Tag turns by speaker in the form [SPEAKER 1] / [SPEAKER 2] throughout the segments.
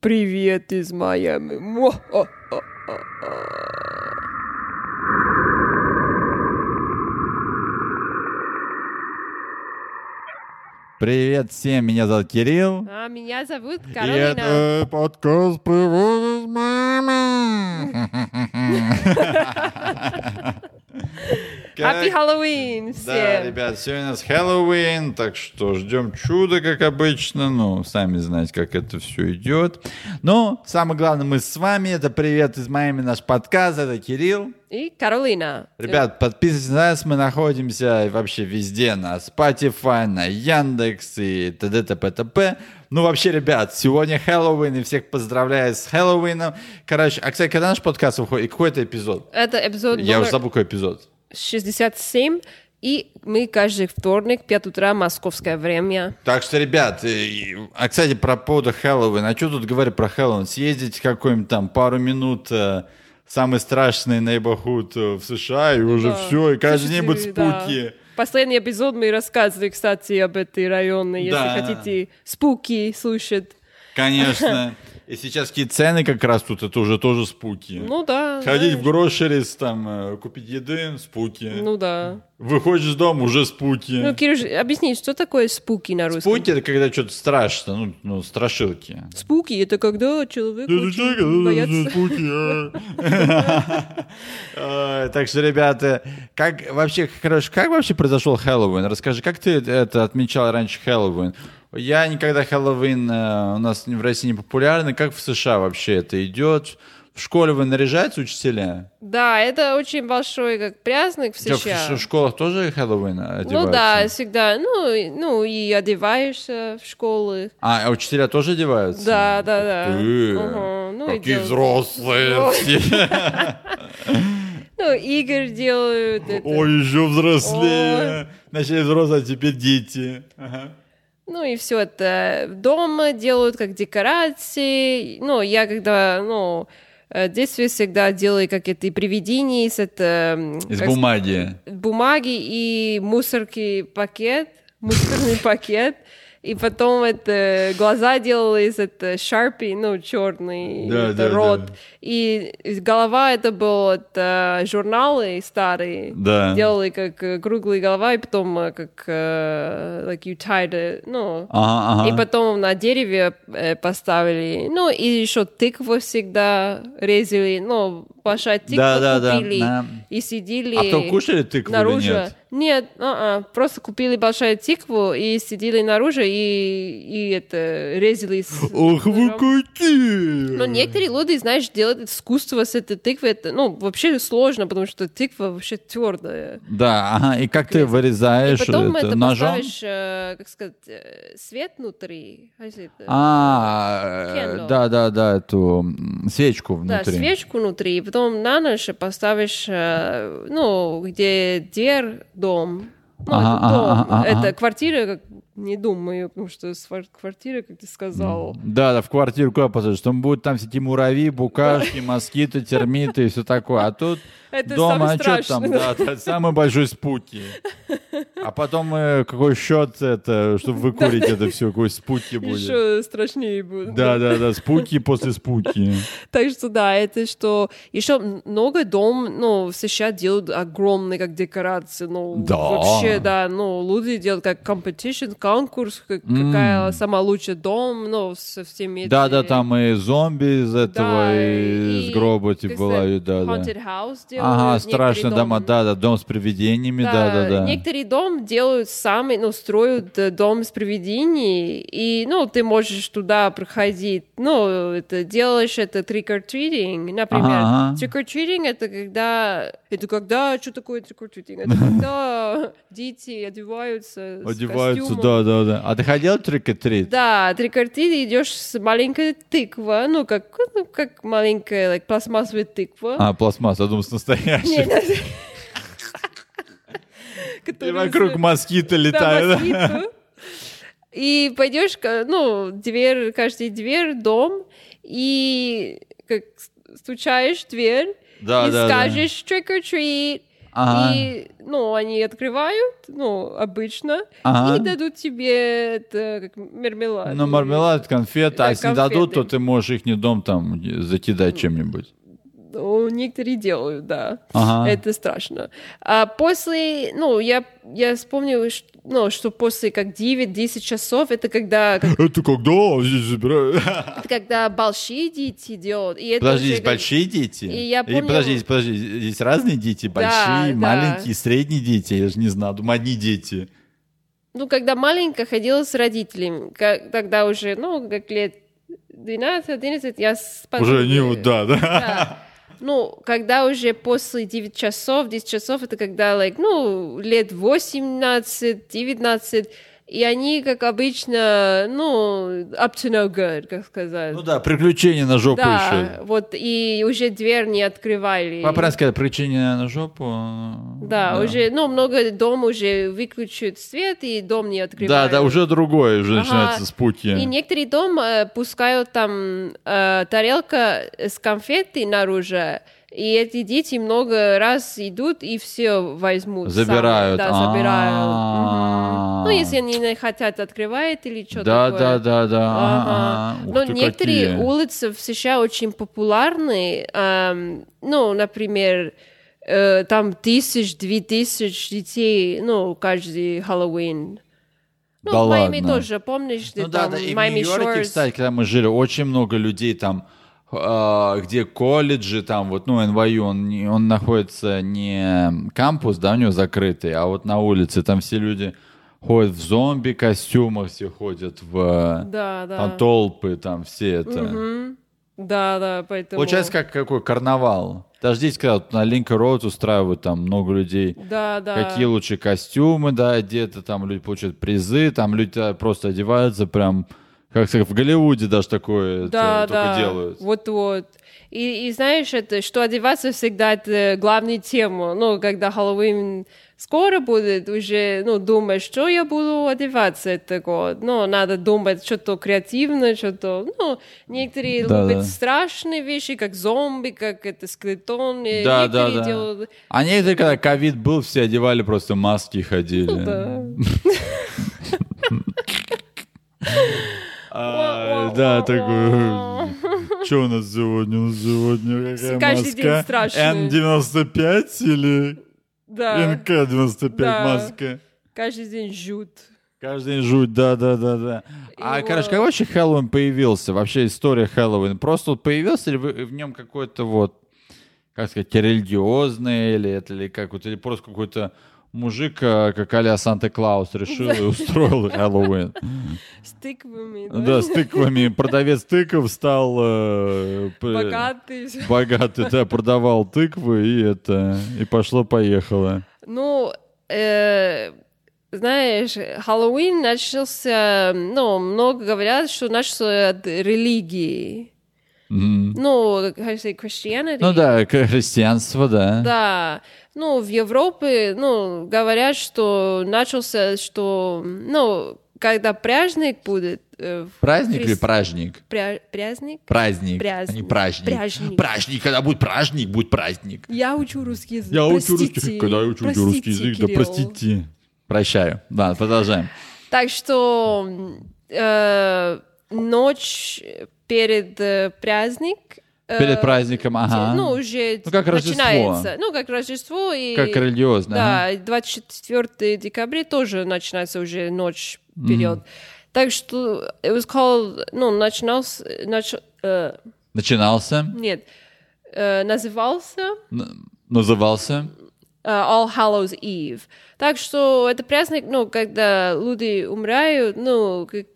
[SPEAKER 1] Привет из Майами. Муа-а-а.
[SPEAKER 2] Привет всем, меня зовут Кирилл.
[SPEAKER 3] А меня зовут
[SPEAKER 2] И
[SPEAKER 3] Каролина.
[SPEAKER 2] это подкаст «Привет из Майами».
[SPEAKER 3] Happy
[SPEAKER 2] Как-
[SPEAKER 3] Halloween всем!
[SPEAKER 2] Да, ребят, сегодня у нас Хэллоуин, так что ждем чуда, как обычно. Ну, сами знаете, как это все идет. Но самое главное, мы с вами. Это «Привет из Майами», наш подкаст. Это Кирилл.
[SPEAKER 3] И Каролина.
[SPEAKER 2] Ребят, подписывайтесь на нас, мы находимся вообще везде, на Spotify, на Яндекс и т.д. т.п. т.п. Ну вообще, ребят, сегодня Хэллоуин, и всех поздравляю с Хэллоуином. Короче, а, кстати, когда наш подкаст выходит, и какой это эпизод?
[SPEAKER 3] Это эпизод
[SPEAKER 2] Я
[SPEAKER 3] номер
[SPEAKER 2] уже забыл, какой эпизод.
[SPEAKER 3] 67. И мы каждый вторник, 5 утра, московское время.
[SPEAKER 2] Так что, ребят, и- и- а, кстати, про поводу Хэллоуина. А что тут говорю про Хэллоуин? Съездите какой-нибудь там пару минут э, в самый страшный нейбохуд э, в США, и уже
[SPEAKER 3] Да.
[SPEAKER 2] все, и каждый день будут
[SPEAKER 3] Слушайте, да.
[SPEAKER 2] спуки.
[SPEAKER 3] Последний эпизод мы рассказывали, кстати, об этой районе, если
[SPEAKER 2] Да.
[SPEAKER 3] хотите спуки слушать.
[SPEAKER 2] Конечно. И сейчас какие цены как раз тут, это уже тоже спуки.
[SPEAKER 3] Ну да.
[SPEAKER 2] Ходить в
[SPEAKER 3] знаешь.
[SPEAKER 2] грошерис, там, э, купить еды, спуки.
[SPEAKER 3] Ну да.
[SPEAKER 2] Выходишь из дома, уже спуки.
[SPEAKER 3] Ну, Кирюш, объясни, что такое спуки на русском?
[SPEAKER 2] спуки — это когда что-то страшно, ну, ну, страшилки.
[SPEAKER 3] Спуки — это когда человек очень боится.
[SPEAKER 2] Э, Так что, ребята, как вообще, короче, как вообще произошел Хэллоуин? Расскажи, как ты это отмечал раньше Хэллоуин? Я никогда Хэллоуин э, у нас в России не популярный. Как в США вообще это идет? В школе вы наряжаете учителя?
[SPEAKER 3] Да, это очень большой как праздник в
[SPEAKER 2] У тебя в-
[SPEAKER 3] США.
[SPEAKER 2] В школах тоже Хэллоуин одеваются?
[SPEAKER 3] Ну да, всегда. Ну, и- ну и одеваешься в школы.
[SPEAKER 2] А, а учителя тоже одеваются?
[SPEAKER 3] Да, да, да.
[SPEAKER 2] Ты,
[SPEAKER 3] Ага, ну и
[SPEAKER 2] какие
[SPEAKER 3] делают.
[SPEAKER 2] взрослые все.
[SPEAKER 3] Ну, игр делают. это.
[SPEAKER 2] Ой, еще взрослее. Начали взрослые, а теперь дети. Ага.
[SPEAKER 3] Ну и все это дома делают как декорации. Ну, я когда, ну, э, в детстве всегда делаю какие-то привидения из, это, м,
[SPEAKER 2] Из
[SPEAKER 3] как
[SPEAKER 2] бумаги.
[SPEAKER 3] с- бумаги и мусорки пакет, мусорный пакет. И потом это глаза делала из это шарпи, ну черный,
[SPEAKER 2] Да,
[SPEAKER 3] это
[SPEAKER 2] да, да.
[SPEAKER 3] рот. И голова это был э, это журналы старые.
[SPEAKER 2] Да.
[SPEAKER 3] Делали как э, круглые голова, и потом э, как э, like you tied it, ну.
[SPEAKER 2] Ага, ага.
[SPEAKER 3] И потом на дереве э, поставили. Ну, и еще тыкву всегда резали. Ну, большая тыква
[SPEAKER 2] Да, да, да,
[SPEAKER 3] купили.
[SPEAKER 2] да.
[SPEAKER 3] И сидели...
[SPEAKER 2] А потом кушали тыкву или
[SPEAKER 3] наружу.
[SPEAKER 2] нет?
[SPEAKER 3] а-а, просто купили большую тыкву и сидели наружу, и, и это резали. с
[SPEAKER 2] Ох вы
[SPEAKER 3] ножом.
[SPEAKER 2] какие!
[SPEAKER 3] Но Ну, некоторые люди, знаешь, делают искусство с этой тыквой. Это, ну, вообще сложно, потому что тыква вообще твердая.
[SPEAKER 2] Да, ага, и как ты
[SPEAKER 3] И
[SPEAKER 2] вырезаешь
[SPEAKER 3] потом
[SPEAKER 2] это
[SPEAKER 3] это
[SPEAKER 2] ножом?
[SPEAKER 3] поставишь, э, как сказать, э, свет внутри. А если это-
[SPEAKER 2] А, э,
[SPEAKER 3] Кендо.
[SPEAKER 2] да, да, да, эту м, свечку
[SPEAKER 3] Да,
[SPEAKER 2] внутри.
[SPEAKER 3] свечку внутри, и потом на ночь поставишь, э, ну, где дер дом. Ну,
[SPEAKER 2] Ага,
[SPEAKER 3] это дом,
[SPEAKER 2] ага, ага, ага.
[SPEAKER 3] это квартира, как, не думаю, потому что свар- квартира, как ты сказал.
[SPEAKER 2] Да, да, в квартиру куда посадишь? Там будут там всякие муравьи, букашки, москиты, термиты и все такое. А тут
[SPEAKER 3] Это
[SPEAKER 2] дома,
[SPEAKER 3] самый
[SPEAKER 2] а что там?
[SPEAKER 3] страшный.
[SPEAKER 2] Да, да, самый большой спуки. А потом э, какой счет это, чтобы выкурить это все, какой спуки будет.
[SPEAKER 3] Еще страшнее будет. Ну,
[SPEAKER 2] Да, да, да, спуки после спуки.
[SPEAKER 3] Так что да, это что еще много дом, ну в США делают огромные как декорации, ну
[SPEAKER 2] Да.
[SPEAKER 3] вообще да, ну люди делают как competition, конкурс, как-
[SPEAKER 2] М.
[SPEAKER 3] какая самая лучшая дом, ну со всеми.
[SPEAKER 2] Да, да,
[SPEAKER 3] этими-
[SPEAKER 2] там и зомби из этого,
[SPEAKER 3] Да,
[SPEAKER 2] и из
[SPEAKER 3] и,
[SPEAKER 2] гроба типа
[SPEAKER 3] как сказать,
[SPEAKER 2] бывают, да, да.
[SPEAKER 3] haunted house делают.
[SPEAKER 2] Ага,
[SPEAKER 3] некоторые
[SPEAKER 2] страшно дома,
[SPEAKER 3] дома.
[SPEAKER 2] да, да, дом с привидениями, да, да, да.
[SPEAKER 3] Некоторые дом делают сами, ну, строят э, дом с привидений, и, ну, ты можешь туда проходить, ну, это делаешь это trick-or-treating, например.
[SPEAKER 2] Ага, ага.
[SPEAKER 3] Trick-or-treating — это когда... Это когда... Что такое trick-or-treating? Это когда дети одеваются с
[SPEAKER 2] Одеваются,
[SPEAKER 3] костюмом.
[SPEAKER 2] да, да, да. А ты ходил трик и трит?
[SPEAKER 3] Да, трикортиды идешь с маленькой тыква, ну как, ну, как маленькая like, пластмассовая тыква.
[SPEAKER 2] А, пластмасс, я думал, с
[SPEAKER 3] Не,
[SPEAKER 2] настоящим.
[SPEAKER 3] даже-
[SPEAKER 2] И
[SPEAKER 3] Который
[SPEAKER 2] вокруг
[SPEAKER 3] с-
[SPEAKER 2] москиты
[SPEAKER 3] да,
[SPEAKER 2] летают.
[SPEAKER 3] москиту. И пойдешь, ка- ну, дверь, каждый дверь, дом, и как с- стучаешь в дверь,
[SPEAKER 2] Да,
[SPEAKER 3] и
[SPEAKER 2] да, да.
[SPEAKER 3] скажешь trick or treat.
[SPEAKER 2] Ага.
[SPEAKER 3] И, ну, они открывают, ну, обычно,
[SPEAKER 2] Ага.
[SPEAKER 3] и дадут тебе это, как мармелад.
[SPEAKER 2] Ну, мармелад, конфеты, а
[SPEAKER 3] Да,
[SPEAKER 2] если не дадут, то
[SPEAKER 3] конфеты.
[SPEAKER 2] ты можешь их не дом там э, закидать чем-нибудь.
[SPEAKER 3] Ну, некоторые делают, да.
[SPEAKER 2] Ага.
[SPEAKER 3] Это страшно. А после, ну, я, я вспомнила, ш- ну, что после как 9-10 часов, это когда, как-
[SPEAKER 2] Это когда? Здесь забираю.
[SPEAKER 3] это когда большие дети делают. И это уже
[SPEAKER 2] Подождите,
[SPEAKER 3] как-
[SPEAKER 2] большие дети?
[SPEAKER 3] И я помню-
[SPEAKER 2] подождите, подождите, здесь разные дети, большие,
[SPEAKER 3] да.
[SPEAKER 2] маленькие, средние дети, я же не знаю, думаю, одни дети.
[SPEAKER 3] Ну, когда маленькая ходила с родителями, как- тогда уже, ну, как лет 12-11, я... с
[SPEAKER 2] Уже
[SPEAKER 3] подругой-
[SPEAKER 2] они вот, да, да.
[SPEAKER 3] Да. Ну, когда уже после 9 часов, 10 часов, это когда, like, ну, лет 18, 19, и они, как обычно, ну, up to no good, как сказать.
[SPEAKER 2] Ну да, приключения на жопу еще.
[SPEAKER 3] да, вот, и уже дверь не открывали.
[SPEAKER 2] По-правильно сказать, приключения на жопу. э,
[SPEAKER 3] Да, уже, ну, много дом уже выключают свет, и дом не
[SPEAKER 2] Да,
[SPEAKER 3] открывают.
[SPEAKER 2] да, уже другое, уже
[SPEAKER 3] Ага.
[SPEAKER 2] начинаются
[SPEAKER 3] И
[SPEAKER 2] спуки.
[SPEAKER 3] некоторые дома э, пускают там э, тарелка с конфетой наружу, и эти дети много раз идут и все возьмут. сами.
[SPEAKER 2] Забирают.
[SPEAKER 3] да, забирают.
[SPEAKER 2] А-а-а.
[SPEAKER 3] Мгм. Ну, если они не хотят, открывают или что-то
[SPEAKER 2] Да,
[SPEAKER 3] такое.
[SPEAKER 2] да, да, да.
[SPEAKER 3] Ага.
[SPEAKER 2] ага. Ух
[SPEAKER 3] Но
[SPEAKER 2] ты,
[SPEAKER 3] некоторые
[SPEAKER 2] какие.
[SPEAKER 3] улицы в США очень популярны. эм, ну, например, э, там тысяч, две тысяч детей, ну, каждый Хэллоуин. Ну,
[SPEAKER 2] Да
[SPEAKER 3] в Майами
[SPEAKER 2] ладно.
[SPEAKER 3] тоже, помнишь, ты
[SPEAKER 2] Ну да,
[SPEAKER 3] там
[SPEAKER 2] да, и в
[SPEAKER 3] Майами
[SPEAKER 2] Нью-Йорке,
[SPEAKER 3] Шорс.
[SPEAKER 2] кстати, когда мы жили, очень много людей там, э, где колледжи, там вот, ну, NYU, он, не- он находится не кампус, да, у него закрытый, а вот на улице, там все люди ходят в зомби костюмах, все ходят в э,
[SPEAKER 3] Да, да.
[SPEAKER 2] там толпы, там все это.
[SPEAKER 3] Мгм. Да, да, поэтому...
[SPEAKER 2] Получается, как какой карнавал. Даже здесь, когда вот на Линк Роуд устраивают там много людей,
[SPEAKER 3] Да, да.
[SPEAKER 2] какие лучшие костюмы, да, одеты, там люди получают призы, там люди да, просто одеваются прям, как сказать, в Голливуде даже такое это
[SPEAKER 3] да,
[SPEAKER 2] только
[SPEAKER 3] да.
[SPEAKER 2] делают.
[SPEAKER 3] Вот-вот. И, и знаешь, это, что одеваться всегда это главная тема. Ну, когда Хэллоуин скоро будет, уже ну, думаешь, что я буду одеваться этот год. Ну, надо думать что-то креативное, что-то... Ну, некоторые
[SPEAKER 2] Да,
[SPEAKER 3] любят
[SPEAKER 2] да.
[SPEAKER 3] страшные вещи, как зомби, как это скелетон. и
[SPEAKER 2] Да, да,
[SPEAKER 3] некоторые
[SPEAKER 2] да.
[SPEAKER 3] делают...
[SPEAKER 2] А некоторые, когда ковид был, все одевали просто маски и ходили.
[SPEAKER 3] ну, Да.
[SPEAKER 2] А, да, такой, что у нас сегодня? У нас сегодня какая
[SPEAKER 3] Каждый день
[SPEAKER 2] маска?
[SPEAKER 3] страшный.
[SPEAKER 2] N95 или
[SPEAKER 3] Да,
[SPEAKER 2] НК-95
[SPEAKER 3] Да.
[SPEAKER 2] маска?
[SPEAKER 3] каждый день жут.
[SPEAKER 2] Каждый день жуть, да, да, да, да. А,
[SPEAKER 3] И
[SPEAKER 2] короче,
[SPEAKER 3] вот.
[SPEAKER 2] как вообще Хэллоуин появился? Вообще история Хэллоуин. Просто вот появился ли вы- в нем какой-то вот, как сказать, религиозный или это, или как вот, или просто какой-то мужик, э, как а Санта-Клаус, решил и устроил Хэллоуин.
[SPEAKER 3] С тыквами,
[SPEAKER 2] Да, с тыквами. Продавец тыков стал э, п-
[SPEAKER 3] Богатый.
[SPEAKER 2] богатый, да, продавал тыквы, и это, и пошло-поехало.
[SPEAKER 3] Ну, э, знаешь, Хэллоуин начался, ну, много говорят, что начался от религии.
[SPEAKER 2] Мгм.
[SPEAKER 3] Ну, как сказать, christianity.
[SPEAKER 2] Ну да, к- христианство, да.
[SPEAKER 3] Да. Ну, в Европе, ну, говорят, что начался, что, ну, когда пряжник будет... э, в
[SPEAKER 2] Праздник или
[SPEAKER 3] хрис-
[SPEAKER 2] праздник?
[SPEAKER 3] пря- Пряжник?
[SPEAKER 2] Праздник,
[SPEAKER 3] Праздник.
[SPEAKER 2] а не праздник.
[SPEAKER 3] Праздник.
[SPEAKER 2] Праздник, когда будет праздник, будет праздник.
[SPEAKER 3] Я учу русский язык.
[SPEAKER 2] Я учу
[SPEAKER 3] Простите.
[SPEAKER 2] русский, когда я учу
[SPEAKER 3] Простите,
[SPEAKER 2] русский язык, да
[SPEAKER 3] Кирилл.
[SPEAKER 2] простите. Прощаю. Да, продолжаем.
[SPEAKER 3] Так что э, ночь перед э, праздник. э,
[SPEAKER 2] Перед праздником, ага.
[SPEAKER 3] Ну, уже
[SPEAKER 2] Ну, как Рождество.
[SPEAKER 3] начинается. Ну, как Рождество. И,
[SPEAKER 2] как религиозно.
[SPEAKER 3] Да, и 24 декабря тоже начинается уже ночь вперед. Так что it was called, ну, начинался, нач, э,
[SPEAKER 2] Начинался,
[SPEAKER 3] нет, э, назывался
[SPEAKER 2] н- назывался.
[SPEAKER 3] э, All Hallows Eve. Так что это праздник, ну, когда люди умирают, ну, как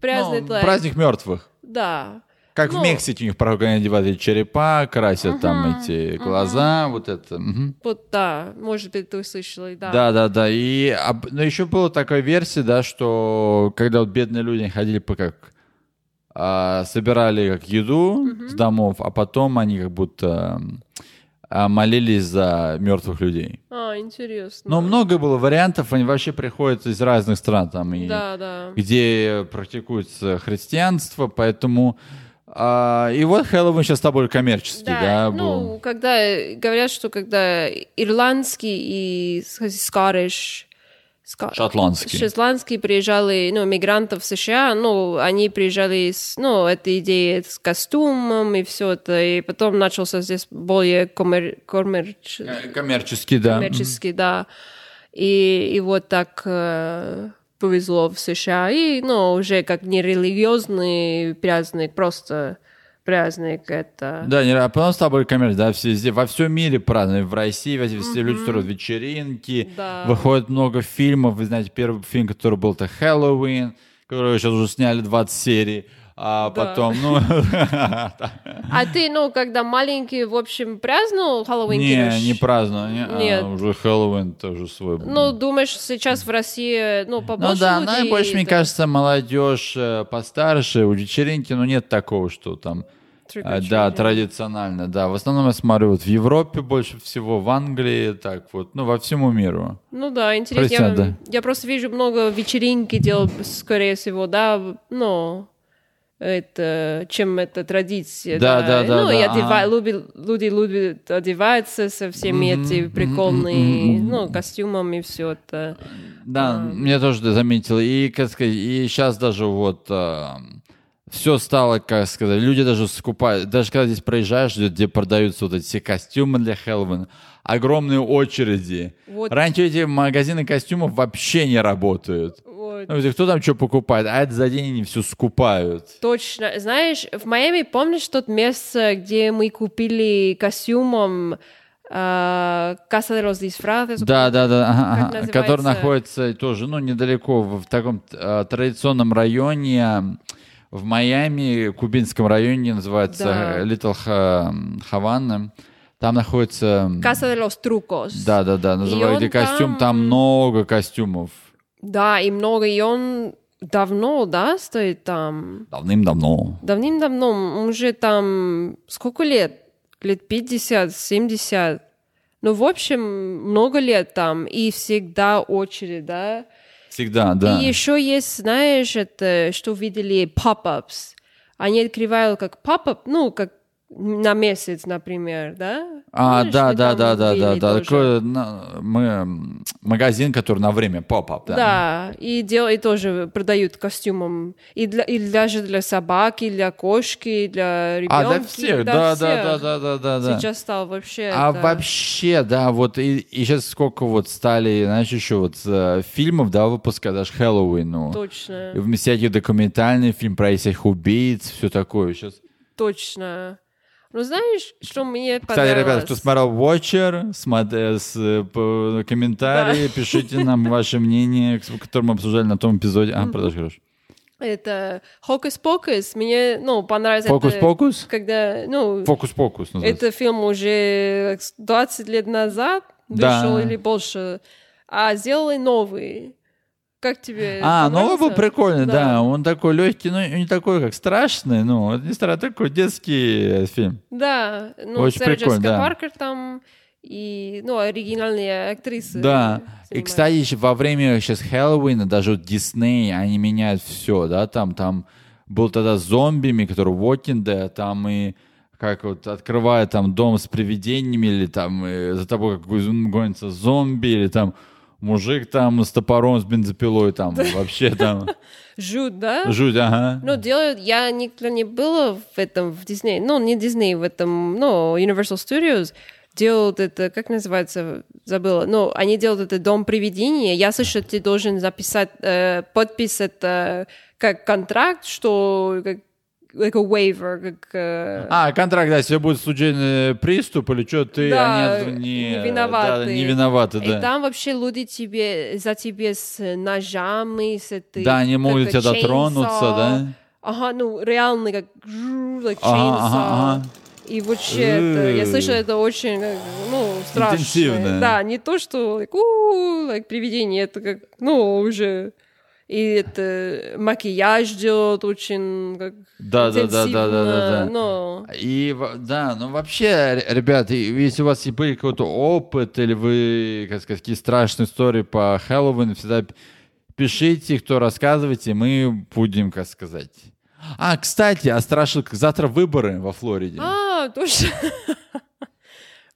[SPEAKER 3] праздник,
[SPEAKER 2] Ну,
[SPEAKER 3] like,
[SPEAKER 2] праздник мертвых.
[SPEAKER 3] да.
[SPEAKER 2] Как в
[SPEAKER 3] Ну.
[SPEAKER 2] Мексике у них порой они одевают черепа, красят там эти глаза, вот это. мгм.
[SPEAKER 3] Вот, да, может быть, ты услышала, да.
[SPEAKER 2] Да, да, да. И об- но еще была такая версия, да, что когда вот бедные люди ходили по как а, собирали как еду с домов, а потом они как будто м, а, молились за мертвых людей.
[SPEAKER 3] А, интересно.
[SPEAKER 2] Но много было вариантов, они вообще приходят из разных стран там и
[SPEAKER 3] Да, да.
[SPEAKER 2] где практикуется христианство, поэтому А, и вот Хэллоуин сейчас с тобой коммерческий, да, был.
[SPEAKER 3] ну, когда говорят, что когда ирландский и скариш,
[SPEAKER 2] Шотландский.
[SPEAKER 3] шотландский приезжали, ну, мигрантов в США, ну, они приезжали с, ну, этой идеей с костюмом и все это, и потом начался здесь более коммер... коммерч-
[SPEAKER 2] Э, Коммерческий, да.
[SPEAKER 3] коммерческий, да. И, и вот так э, повезло в США. И, ну, уже как не религиозный праздник, просто праздник это...
[SPEAKER 2] Да, не, а потом с тобой коммерческий, да, все, здесь- во всем мире празднуют, в России, во- все люди строят вечеринки,
[SPEAKER 3] Да.
[SPEAKER 2] выходит много фильмов, вы знаете, первый фильм, который был, это «Хэллоуин», который сейчас уже сняли 20 серий, а потом, ну,
[SPEAKER 3] А ты, ну, когда маленький, в общем, праздновал Хэллоуин?
[SPEAKER 2] не,
[SPEAKER 3] Кирюш?
[SPEAKER 2] не праздновал, не, а,
[SPEAKER 3] Нет.
[SPEAKER 2] уже Хэллоуин тоже свой.
[SPEAKER 3] Ну, думаешь, сейчас в России, ну, побольше
[SPEAKER 2] Ну да,
[SPEAKER 3] людей,
[SPEAKER 2] ну и больше, мне
[SPEAKER 3] да,
[SPEAKER 2] кажется, молодежь э, постарше, у вечеринки, ну нет такого, что там, э,
[SPEAKER 3] trick-or-treating.
[SPEAKER 2] да, традиционально, да. В основном я смотрю вот в Европе больше всего, в Англии, так вот, ну во всему миру.
[SPEAKER 3] Ну да, интересно. Я,
[SPEAKER 2] Простят, да.
[SPEAKER 3] я просто вижу много вечеринки дел, скорее всего, да, но это, чем это традиция.
[SPEAKER 2] Да, да, да,
[SPEAKER 3] Ну,
[SPEAKER 2] да,
[SPEAKER 3] и одева-
[SPEAKER 2] ага.
[SPEAKER 3] люби- люди любят одеваться со всеми
[SPEAKER 2] Мгм,
[SPEAKER 3] эти
[SPEAKER 2] мгм,
[SPEAKER 3] прикольные,
[SPEAKER 2] мгм.
[SPEAKER 3] ну, костюмами все это.
[SPEAKER 2] Да, мне тоже да, заметил. И, как сказать, и сейчас даже вот все стало, как сказать, люди даже скупают, даже когда здесь проезжаешь, где- где продаются вот эти все костюмы для Хэллоуина, огромные очереди.
[SPEAKER 3] Вот.
[SPEAKER 2] Раньше эти магазины костюмов вообще не работают.
[SPEAKER 3] Вот.
[SPEAKER 2] Ну, кто там что покупает, а это за день они все скупают.
[SPEAKER 3] Точно. Знаешь, в Майами, помнишь тот место, где мы купили костюмом а, Касса де Рос Дисфразес?
[SPEAKER 2] Да, да, да, ага,
[SPEAKER 3] Как
[SPEAKER 2] ага,
[SPEAKER 3] называется?
[SPEAKER 2] который находится тоже, ну, недалеко в, в таком э, традиционном районе э, в Майами, кубинском районе, называется
[SPEAKER 3] Да.
[SPEAKER 2] э, Little Ха- Havana. Там находится...
[SPEAKER 3] Каса де Рос Трукос.
[SPEAKER 2] Да, да, да, называют
[SPEAKER 3] он
[SPEAKER 2] и костюм,
[SPEAKER 3] там-
[SPEAKER 2] там много костюмов.
[SPEAKER 3] Да, и много, и он давно, да, стоит там.
[SPEAKER 2] Давным-давно.
[SPEAKER 3] Давным-давно, он уже там сколько лет? Лет 50, 70. Ну, в общем, много лет там, и всегда очередь, да.
[SPEAKER 2] Всегда, да.
[SPEAKER 3] И еще есть, знаешь, это, что видели, pop-ups. Они открывают как pop-up, ну, как на месяц, например, да?
[SPEAKER 2] А,
[SPEAKER 3] Помнишь,
[SPEAKER 2] да,
[SPEAKER 3] мы
[SPEAKER 2] да,
[SPEAKER 3] там
[SPEAKER 2] да, да, да,
[SPEAKER 3] видели
[SPEAKER 2] да.
[SPEAKER 3] тоже?
[SPEAKER 2] Такой на- мы, м, магазин, который на время поп-ап, да.
[SPEAKER 3] Да, и, дел, и тоже продают костюмом. И, для, и даже для собаки, и для кошки, и для
[SPEAKER 2] А,
[SPEAKER 3] ребенка.
[SPEAKER 2] да, всех, да, да, да, да, да, да, да.
[SPEAKER 3] Сейчас стал вообще...
[SPEAKER 2] А
[SPEAKER 3] это-
[SPEAKER 2] вообще, да, вот и, сейчас сколько вот стали, знаешь, еще вот э, фильмов, да, выпуска, даже Хэллоуину.
[SPEAKER 3] Точно,
[SPEAKER 2] И Всякие документальные фильм про этих убийц, все такое. Сейчас.
[SPEAKER 3] точно. Ну, знаешь, что мне
[SPEAKER 2] Кстати,
[SPEAKER 3] понравилось?
[SPEAKER 2] ребята, кто смотрел Watcher, смо- э, с, э, п- комментарии, пишите нам ваше мнение, к- которое мы обсуждали на том эпизоде. А, продолжи, хорошо.
[SPEAKER 3] Это «Хокус-покус». Мне, ну, понравилось... это,
[SPEAKER 2] Фокус-покус?
[SPEAKER 3] Когда, ну,
[SPEAKER 2] Фокус-покус называется.
[SPEAKER 3] это фильм уже 20 лет назад
[SPEAKER 2] Да.
[SPEAKER 3] вышел или больше. А сделали новый. Как тебе?
[SPEAKER 2] А, новый был
[SPEAKER 3] понравился?
[SPEAKER 2] прикольный, да. Он такой легкий, но не такой, как страшный, ну, это не страшный, такой детский э, фильм.
[SPEAKER 3] Да, ну,
[SPEAKER 2] Очень
[SPEAKER 3] Сара
[SPEAKER 2] прикольно,
[SPEAKER 3] Джессика
[SPEAKER 2] да.
[SPEAKER 3] Паркер там и, ну, оригинальные актрисы.
[SPEAKER 2] Да. И,
[SPEAKER 3] снимают.
[SPEAKER 2] кстати, ещё во время сейчас Хэллоуина, даже вот Дисней, они меняют все, да, там, там был тогда с зомбими, который Walking Dead, там и как вот открывает там дом с привидениями, или там э, за тобой как гу- гонятся зомби, или там мужик там с топором, с бензопилой, там вообще там
[SPEAKER 3] Жуть, да?
[SPEAKER 2] жуть, ага.
[SPEAKER 3] Ну, делают, я никогда не была в этом, в Дисней, ну, не Дисней, в этом, ну, Universal Studios, делают это, как называется, забыла, ну, они делают это «Дом привидения», я слышу, ты должен записать, э, подпись, это э, как контракт, что, как, like a waiver, как... э,
[SPEAKER 2] А, контракт, да, если будет случайный приступ или что, ты
[SPEAKER 3] Да,
[SPEAKER 2] они не,
[SPEAKER 3] не виноваты.
[SPEAKER 2] да, не виноваты,
[SPEAKER 3] И
[SPEAKER 2] да.
[SPEAKER 3] там вообще люди тебе, за тебе с ножами, с этой...
[SPEAKER 2] да, они
[SPEAKER 3] как
[SPEAKER 2] могут тебя
[SPEAKER 3] chainsaw.
[SPEAKER 2] дотронуться, да?
[SPEAKER 3] Ага, ну, реально, как... жу, like
[SPEAKER 2] Ага,
[SPEAKER 3] chainsaw.
[SPEAKER 2] ага, ага.
[SPEAKER 3] И вообще, это- я
[SPEAKER 2] Э.
[SPEAKER 3] слышала, это очень, как, ну, страшно.
[SPEAKER 2] Интенсивно.
[SPEAKER 3] Да, не то, что, like, «У, like, привидение, это как, ну, уже... И это макияж делают очень как
[SPEAKER 2] Да, да, да, да, да, да, да.
[SPEAKER 3] интенсивно, ну. но-
[SPEAKER 2] И во- да, ну вообще, р- ребят, и- если у вас и был какой-то опыт, или вы, как сказать, какие страшные истории по Хэллоуину, всегда п- пишите, кто рассказывайте, мы будем, как сказать. А, кстати, а страшилка завтра выборы во Флориде.
[SPEAKER 3] А, точно.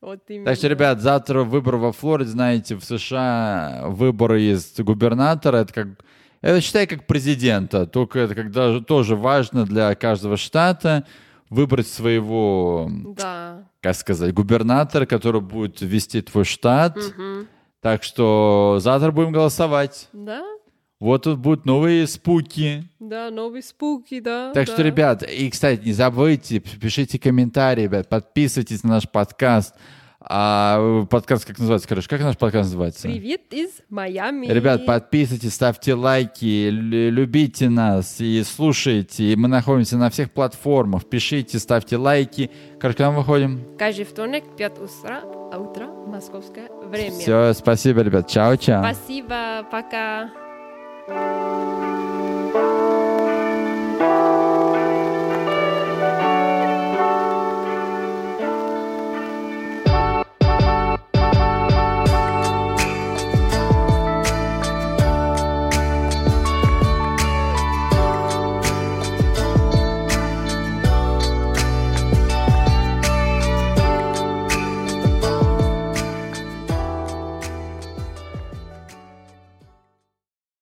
[SPEAKER 3] Вот именно.
[SPEAKER 2] Так что, ребят, завтра выборы во Флориде, знаете, в США выборы из губернатора, это как это считай как президента, только это когда же тоже важно для каждого штата выбрать своего,
[SPEAKER 3] Да.
[SPEAKER 2] как сказать, губернатора, который будет вести твой штат. Так что завтра будем голосовать.
[SPEAKER 3] Да?
[SPEAKER 2] Вот тут будут новые спуки.
[SPEAKER 3] Да, новый спуки, да.
[SPEAKER 2] Так
[SPEAKER 3] Ну да.
[SPEAKER 2] что, ребят, и, кстати, не забывайте, п- пишите комментарии, ребят, подписывайтесь на наш подкаст. А, э, подкаст как называется, короче, как наш подкаст называется?
[SPEAKER 3] Привет из Майами.
[SPEAKER 2] Ребят, подписывайтесь, ставьте лайки, лю- любите нас и слушайте. И мы находимся на всех платформах. Пишите, ставьте лайки. Короче, когда мы выходим?
[SPEAKER 3] Каждый вторник, 5 утра, а утра, московское время.
[SPEAKER 2] Все, спасибо, ребят. Чао-чао.
[SPEAKER 3] Спасибо, пока.